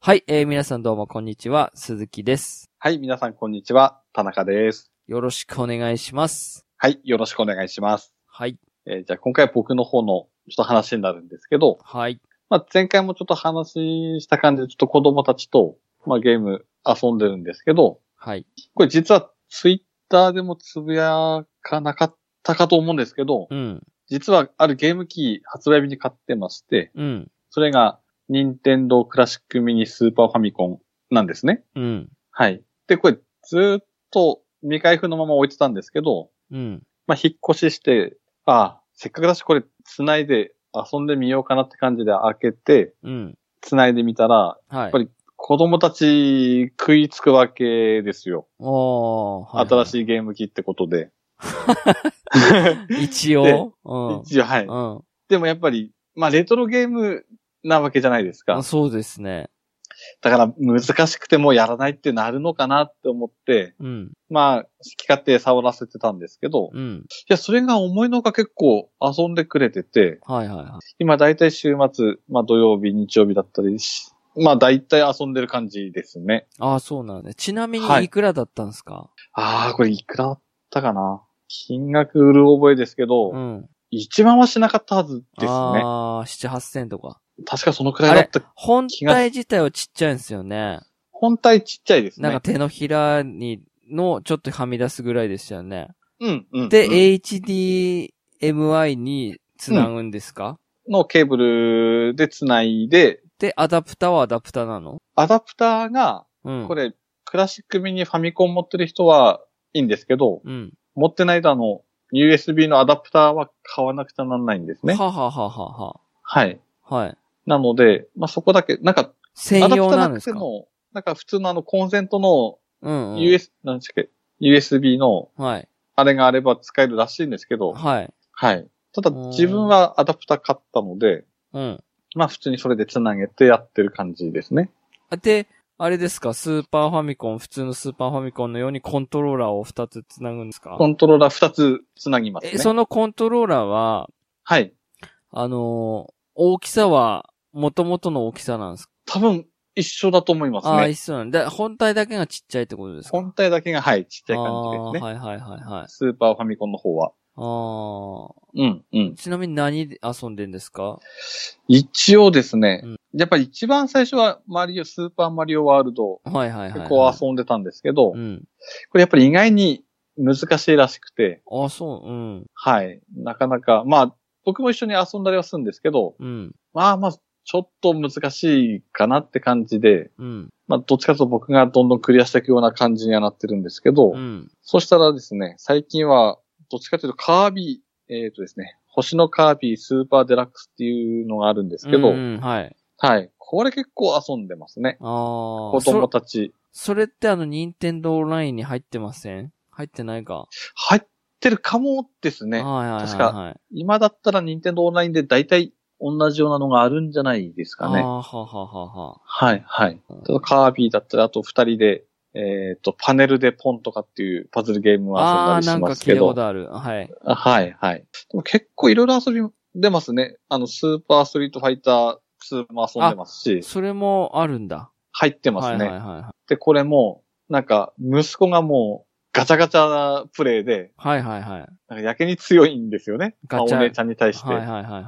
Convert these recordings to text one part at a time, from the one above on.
はい、えー皆さんどうもこんにちは、鈴木です。はい、皆さんこんにちは。田中です。よろしくお願いします。はい、よろしくお願いします。はい、えーじゃあ今回は僕の方のちょっと話になるんですけど、はい、まあ、前回もちょっと話した感じで、ちょっと子供たちと、まあ、ゲーム遊んでるんですけど、はい。これ実はツイッターでもつぶやかなかったかと思うんですけど、うん、実はあるゲーム機発売日に買ってまして、うん、それが任天堂クラシックミニスーパーファミコンなんですね。うん、はい。で、これずーっと未開封のまま置いてたんですけど、うん、まあ、引っ越しして、ああ、せっかくだしこれ繋いで遊んでみようかなって感じで開けて、うん、繋いでみたら、はい。ぱり子供たち食いつくわけですよ。おー、はい、新い。しいゲーム機ってことで。一応、うん、一応、はい。うんでもやっぱり、まあ、レトロゲームなわけじゃないですあ。か。そうですね。だから難しくてもうやらないってなるのかなって思って、うん、まあ、好き勝手触らせてたんですけど、いうん、や、それが思いのほか結構遊んでくれてて、はいはいはい。今大体週末、まあ土曜日、日曜日だったりし、まあ大体遊んでる感じですね。ああ、そうなんだ。ちなみはにいいくらだったんですか、ああ、これいくらだったかな金額売る覚えですけど、うん。一万はしなかったはずですね。ああ、7、8千とか。確かそのくらいだった。本気が体自体はちっちゃいんですよね。本体ちっちゃいですね。なんか手のひらに、の、ちょっとはみ出すぐらいでしたよね。うん、うん。で、うん HDMI に繋ぐんですか、のケーブルで繋いで、で、アダプターはアダプターなのアダプターが、うん。こ。れ、クラシックミニファミコン持ってる人はいいんですけど、うん。持ってないとあの、USB のアダプターは買わなくちゃなんないんですね。ははははははい。は。はい。なので、まあ、そこだけ、なんか、ア専ダプタ用ーなんなでくてすかも、なんか普通のあのコンセントのうん、うん。 US、なんでしたっけ、USB のはい。あれがあれば使えるらしいんですけど、はい。はい。ただうん自分はアダプター買ったので、うん。まあ普通にそれで繋げてやってる感じですね。あで、あれですかスーパーファミコン、普通のスーパーファミコンのようにコントローラーを2つ繋ぐんですかコントローラー2つ繋ぎますねえ、。そのコントローラーは、はい。あのー大きさは、元々の大きさなんですか多分一緒だと思いますああ、ね。一緒なんだ。本体だけがちっちゃいってことですか本体だけが、はい、ちっちゃい感じですね。ああ、はいはいはいはい。スーパーファミコンの方は。ああ。うん、うん。ちなみに何で遊んでんですか一応ですね、うんやっぱり一番最初はマリオ、スーパーマリオワールド、はいはいはい、はい。結構遊んでたんですけど、うん。これやっぱり意外に難しいらしくて、あ、そう、うん。はい。なかなか、まあ、僕も一緒に遊んだりはするんですけど、うん。まあまあ、ちょっと難しいかなって感じで、うん。まあ、どっちかというと僕がどんどんクリアしていくような感じにはなってるんですけど、うん。そしたらですね、最近は、どっちかというとカービィ、えっ、とですね、星のカービィスーパーデラックスっていうのがあるんですけど、うん、はい。はい。これ結構遊んでますね。ああ。子供そたち。それってあの、任天堂オンラインに入ってません入ってないか。入ってるかもですね。はいはいはい、はい。確か今だったら任天堂オンラインで大体同じようなのがあるんじゃないですあかあね。はははは。はい、はい。うんただカービィだったり、あと二人で、えっ、と、パネルでポンとかっていうパズルゲームを遊んあだあ、りなしんまかす聞けいたこど。とある。はい。はい、はい。でも結構いろいろ遊び出ますね。あの、スーパーストリートファイター2も遊んでますし、それもあるんだ。入ってますね。はいはいはいはい。で、これも、なんか、息子がもう、ガチャガチャプレイで、はいはいはい。なんかやけに強いんですよね。ガチャまあお姉ちゃんに対して。はいは、はいいはい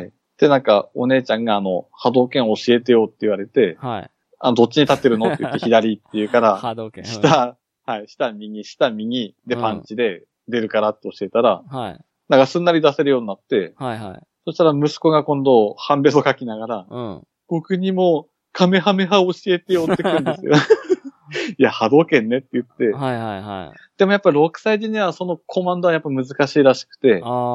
はい。で、なんか、お姉ちゃんがあの、波動拳教えてよって言われて、はい。あどっちに立ってるのって言って左って言うから、ハード系。うん下、はい、下右、下右でパンチで出るからって教えたら、はい。なんかすんなり出せるようになって、はいはい。そしたら息子が今度、半べそ書きながら、うん。僕にも、カメハメ派教えてよってくるんですよ。いや、波動拳ねって言って、はいはいはい。でもやっぱり6歳児にはそのコマンドはやっぱ難しいらしくて、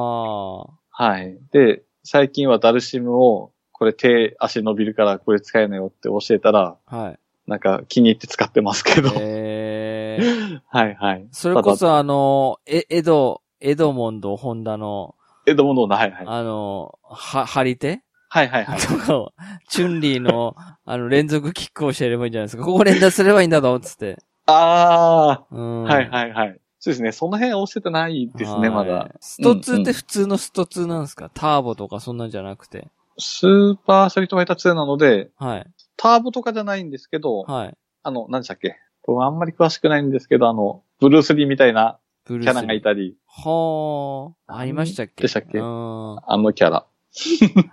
ああ。はい。で、最近はダルシムを、これ手、足伸びるからこれ使えなよって教えたら、はい。なんか気に入って使ってますけど。ええー。 はいはい。それこそあの、え、エド、エドモンド、ホンダの、エドモンドの、はいはい。あの、は、張り手はいはいはい。とかを、チュンリーの、 あの、連続キックを教えればいいんじゃないですか。ここ連打すればいいんだぞ、つって。あうん。ー、はいはいはい。そうですね。その辺教えてないですね、はまいだ。。スト2って普通のスト2なんですか、ターボとかそんなんじゃなくて。スーパーストリートファイター2なので、はい。ターボとかじゃないんですけど、はい。あの、何でしたっけ僕あんまり詳しくないんですけど、あの、ブルース・リーみたいなブキルース。ャラがい。たり、はあ。ありましたっけでしたっけうん。あのキャラ。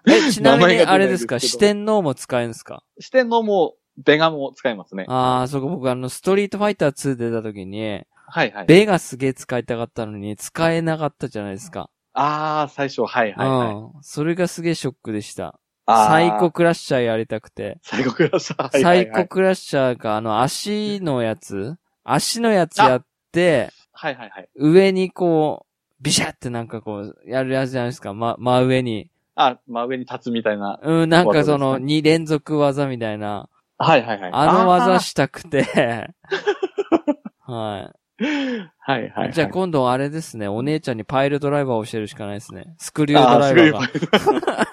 え、ちなみ名前にが出ないあれですかですけど四天王も使えるんですか四天王も、ベガも使いますね。ああ、そうか、僕あの、ストリートファイター2出た時に、はいはい。ベがすげえ使いたかったのに、使えなかったじゃないですか。ああ、最初、はいはいはい。うん。それがすげえショックでした。あーサイコ。クラッシャーやりたくて。サイコクラスター。はいはサいイはコい。クラッシャーがあの、足のやつ足のやつやって、はいはいはい。上にこう、ビシャってなんかこう、やるやつじゃないですか。ま、真上に。あ、真上に立つみたいな。うん、なんかその、技です2連続技みたいな。はいはいはい。あのあ技ーしたく て。は。はいはいはいい。じゃあこ今度あれですね、お姉ちゃんにパイルドライバーを教えるしかないですね。スクリュードライバーが。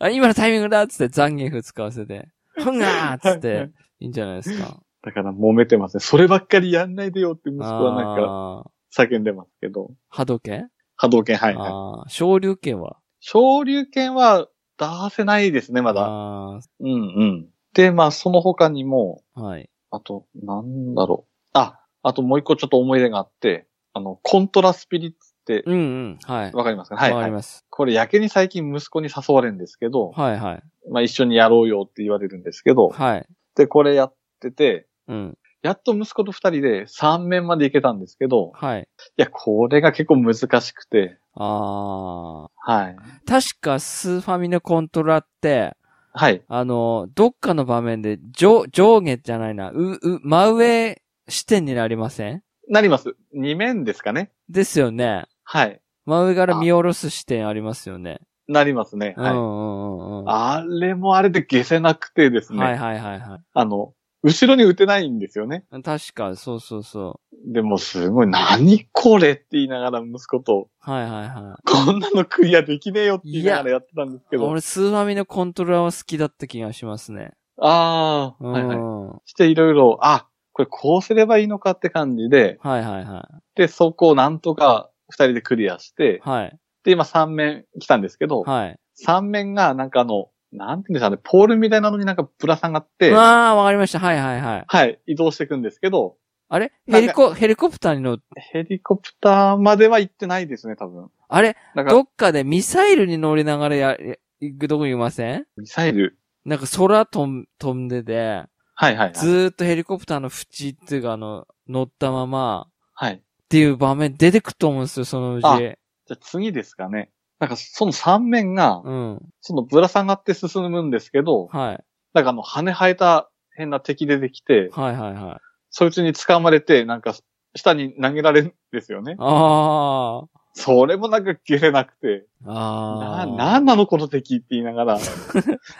あ今のタイミングだっつってザンギフ使わせて。ふんがーっつっはいはてい。いいんじゃないですか。 だから揉めてますね。そればっかりやんないでよって息子はなんかああ。叫んでますけど。波動拳波動拳、はいはい。ああ。昇竜拳は昇竜拳は出せないですね、まだ。あうんうん。で、まあその他にも、あ。はい。あと、なんだろう。あ、あともう一個ちょっと思い出があって、あの、コントラスピリッツって、うんうん。はい。わかりますかはい、わかはりい。ます。これ、やけに最近息子に誘われるんですけど、はいはい。まあ一緒にやろうよって言われるんですけど、はい。で、これやってて、うん。やっと息子と二人で3面まで行けたんですけど、はい。いや、これが結構難しくて、ああ。はい。確かスーファミのコントラって、はい。あの、どっかの場面で、上、上下じゃないな、う、う、真上視点になりませんなります。2面ですかね。ですよね。はい。真上から見下ろす視点ありますよね。なりますね。うはい。んうんうんうん。はあれもあれで消せなくてですいね。はいはいはい。あの、後ろに打てないんですよね。確か、そうそうそう。でもすごい、何これって言いながら息子と、はいはいはこんなのクリアできねえよって言いながらやってたんですい。けど。俺、スーファミのコントローラーは好きだった気がしますね。ああ、うん。はいはい。はしていろいろ、あ、これこうすればいいのかって感じで、いはいはい。で、そこをなんとか二人でクリアして、はい。で、今3面来たんですけど、はい。 3面がなんかあの、なんて言うんでしょうね、ポールみたいなのになんかぶら下がって、ああ、わかりました。はいはいはい。はい、移動していくんですけど、あれなんかヘリコ、ヘリコプターに乗っヘリコプターまでは行ってないですね、多分。あれなんどか、っかでミサイルに乗りながらや、や行くとこいませんミサイル。なんか空飛ん、飛んでて、はいはいはずい。ーっとヘリコプターの縁っていうかあの、乗ったまま、はい。っていう場面出てくと思うんですよ、そのうあち。じゃあ次ですかね。なんかその3面が、うん。そのぶら下がって進むんですけど、はい。なんかあの羽生えた変な敵出てきて、はいはいはい。そいつに掴まれて、なんか下に投げられるんですよね。あそれもなんか消せなくて、あ。あな、あ。なんなのこの敵って言いな がら、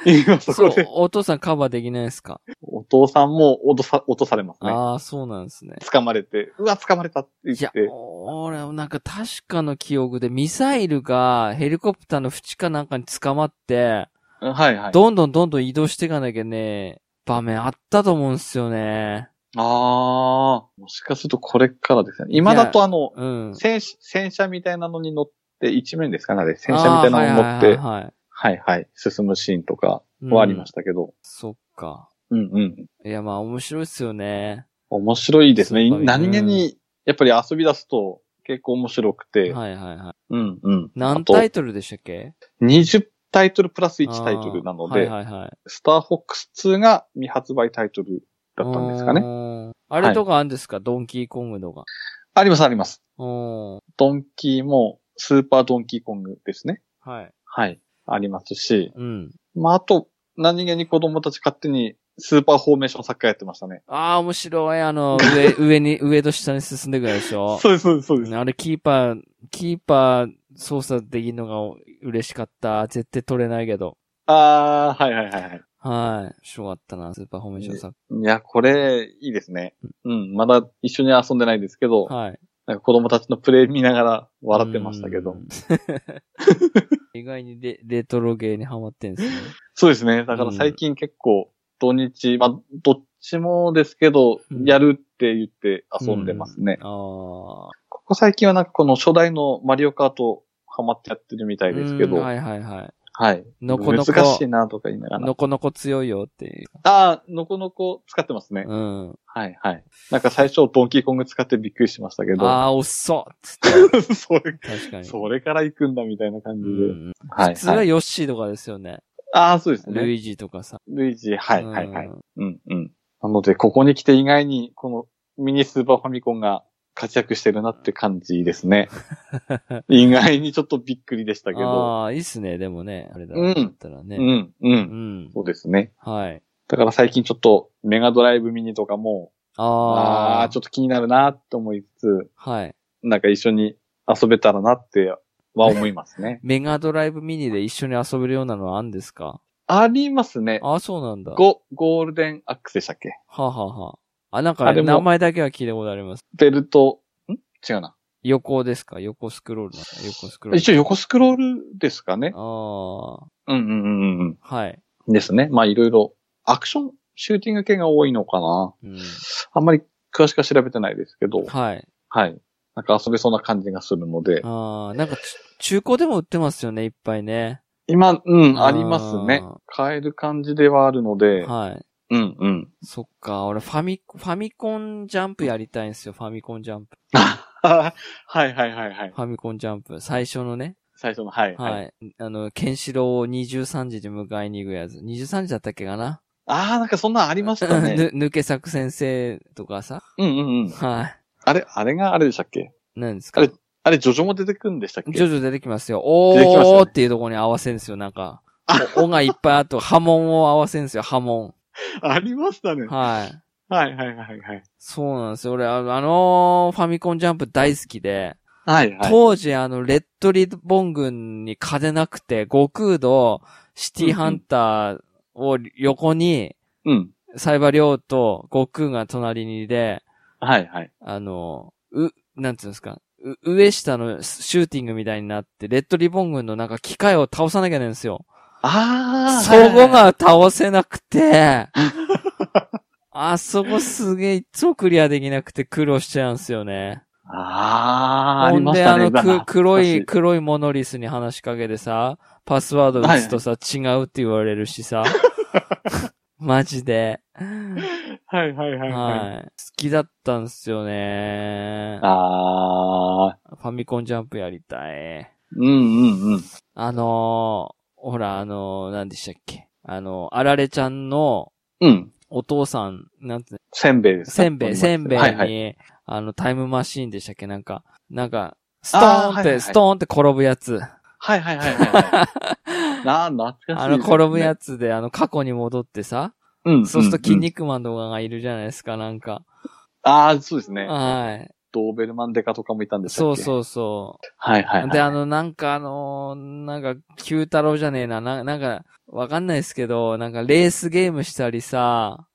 今そそこうで、お父さんカバーできないですか、お父さんも落とさ、落とされますね。ああ、そうなんですね。掴まれて、うわ、掴まれたって言っいやて、、俺、なんか確かの記憶でミサイルがヘリコプターの縁かなんかに捕まって、うんはいはい。どんどんどんどん移動していかなきゃね、場面あったと思うんすよね。あー、もしかするとこれからですね。今だとあの、うん。戦車、戦車みたいなのに乗って、一面ですかね、あれ。戦車みたいなのに乗って、あーはいはいははいいはいはい、進むシーンとかうんはありましたけど。そっか。うん、うん。いや、まあ面白いっすよね。面白いですね。そうか何気に、やっぱり遊び出すと結構面白くて。はいはいはい。うん、うん。何あとタイトルでしたっけ20タイトルプラス1タイトルなので、あーはいはいはい。スターフォックス2が未発売タイトルだったんですかうね。ーん。あれとかあるんですか、ドンキーコングとか。ありますあります。うーん。ドンキーもスーパードンキーコングですね。はい。はい。ありますし、うん。まあ、あと、何気に子供たち勝手にスーパーフォーメーションサッカーやってましたね。ああ、面白い。あの、上、 上に、上と下に進んでいくやつでしょ。そうです、そうです、そうです。あれ、キーパー、キーパー操作できるのが嬉しかった。絶対取れないけど。あー、はいはいはいはい。はい。面白かったな、スーパーフォーメーションサッいや、これ、いいですね。うん、まだ一緒に遊んでないんですけど、カー。はい。なんか子供たちのプレイ見ながら笑ってましたけうどん。。 意外にレレトロゲーにハマってんですね。そうですね。だから最近結構、土日、まあ、どっちもですけどう、んやるって言って遊んでますね。ああ。ここ最近はなんかこの初代のマリオカートハマってやってるみたいですけど、うんはいはいはい。はい。のこのこ、難しいなとか言いながら。のこのこ強いよっていう。ああ、のこのこ使ってますね。うん。はいはい。なんか最初、ドンキーコング使ってびっくりしましたけど、ああ、おっそっつっ それ、て確かに。それから行くんだみたいな感じうで。ん。はい、普通ははい。ヨッシーとかですよね。ああ、そうですルね。イージとかさ。ルイージ、はいはいはい。うんうんうん。なので、ここに来て意外に、このミニスーパーファミコンが活躍してるなって感じですね。 意外にちょっとびっくりでしたけど。ああ、いいっすね、でもね。あれだうんったらうね。ん、う。うんん。そうですね。はい。だから最近ちょっとメガドライブミニとかも、ああー、あちょっと気になるなって思いつつ、あ、はい。。なんか一緒に遊べたらなっては思いますねメガドライブミニで一緒に遊べるようなのはあんですか ありますね。ああ、そうなんだ。はゴ、ゴールデンアックスでしたっけあ、はあはあ、あ、なんあかでも名前だけは聞いたことあります。ベルト、ん違うな。横ですか横スクロールなんですか横スクロール。一応横スクロールですかね。あうんうんうんうん。あ、はい。ですね。まあいろいろ、アクション、シューティング系が多いのかな。うん。あんまり詳しくは調べてないですけど、はい。はい。なんか遊べそうな感じがするので、ああ、なんかち、中古でも売ってますよね、いっぱいね。今、うん、あーありますね。買える感じではあるので、はい。うんうん。そっか、俺ファミ、ファミコンジャンプやりたいんですよ、ファミコンジャンプ。はいはいはいはい。ファミコンジャンプ。最初のね。最初の、はい、はい。はい。あの、ケンシロウを23時に迎えに行くやつ。23時だったっけかなああ、なんかそんなんありましたね。 ぬ、抜け作先生とかさ。うんうんうん。はあれ、あれがあれでしたっけい。何ですかあれあれ、ジョジョも出てくるんでしたっけ徐々出てきますよ。出てきますよおねーっていうところに合わせるんですよ、なん か。おおがいっぱいあと、波紋を合わせるんですよ、波紋。ありましたね。はい。はいはいはいはい。そうなんですよ。俺、あの、あのーファミコンジャンプ大好きで、はいはい。当時あの、レッドリボン軍に勝てなくて、悟空とシティハンターを横に、うん。サイバリョウと悟空が隣にで、はいはい。あの、う、なんていうんですか、う上下のシューティングみたいになって、レッドリボン軍のなんか機械を倒さなきゃいけないんですよ。ああ。そこが倒せなくて、あそこすげえいつもクリアできなくて苦労しちゃうんですよね。ああ、あほりんましで、たあね。の、だなく黒い、懐か黒いモノリスに話しかけてさ、パスワード打つとさ、違うって言われるし さ。マジで。しいはいはいはいはい。はい。好きだったんすよね。ああ、ファミコンジャンプやりたい。うんうんうん。あのー、ほら、あのー、何でしたっけ。あのー、あられちゃんのうん。お父さん、なんて、せんべいですか。せんべい、せんべいに、はいはい。あの、タイムマシーンでしたっけなんか、なんか、ストーンって、あーはいはいはいストーンって転ぶやつ。はいはい はいはい。なあ、懐かしいですね。あの、転ぶやつ。つで、あの、過去に戻ってさ、うん。そうすると、筋んん。肉マン動画がいるじゃないですか、なんか。ああ、そうですね。はい。ドーベルマンデカとかもいたんでしたそっうけう。そうそう。はいはいはい。で、あの、なんかあのーなんか、九太郎じゃねえな、な、なんか、わかんないですけど、なんか、レースゲームしたり さ、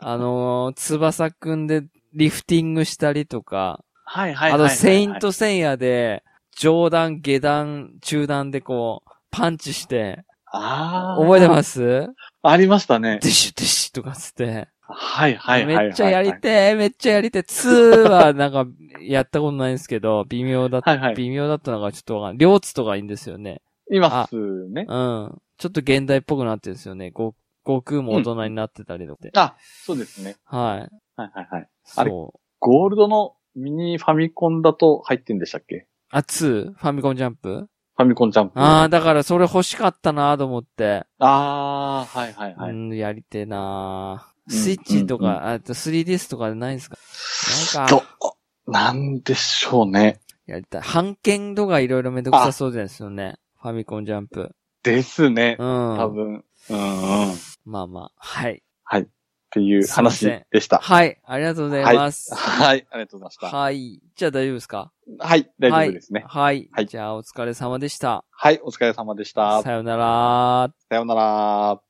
あのー翼くんでリフティングしたりとか、はいはいあはいはい。と、セイントセイヤで、上段、下段、中段でこう、パンチして、ああ。。覚えてますすありましたねデ。ィシュディシュとかつって。はいはいはいはい。めっちゃやりてえ、めっちゃやりてえ。2はなんか、やったことないんですけど、微妙だっはいはい。微妙だったのがちょっとわかんない。両津とかいいんですよね。いますね。うん。ちょっと現代っぽくなってるんですよね。ご悟空も大人になってたりとかで。あ、そうですね。はい。はいはいはい。あれそう。ゴールドのミニファミコンだと入ってんでしたっけあ、2? ファミコンジャンプファミコンジャンプ。ああ、だからそれ欲しかったなと思って。あー、はいはいはうい。ん、やりてえなうんスイッチとうんうか、あと 3DS とかでないんですかなんか、と、なんでしょうね。やりたい。版権とかいろいろめんどくさそうですよね。ファミコンジャンプ。ですねう。ん。多分。うんうん。っまあまあ。はい。ていう話でした。はい。ありがとうございます。はい、ありがとうございました。はい。じゃあ大丈夫ですかはい、大丈夫ですね。はい。は。はいいじゃあ、お疲れ様でした。はい、お疲れ様でした。さよなら。さようなら。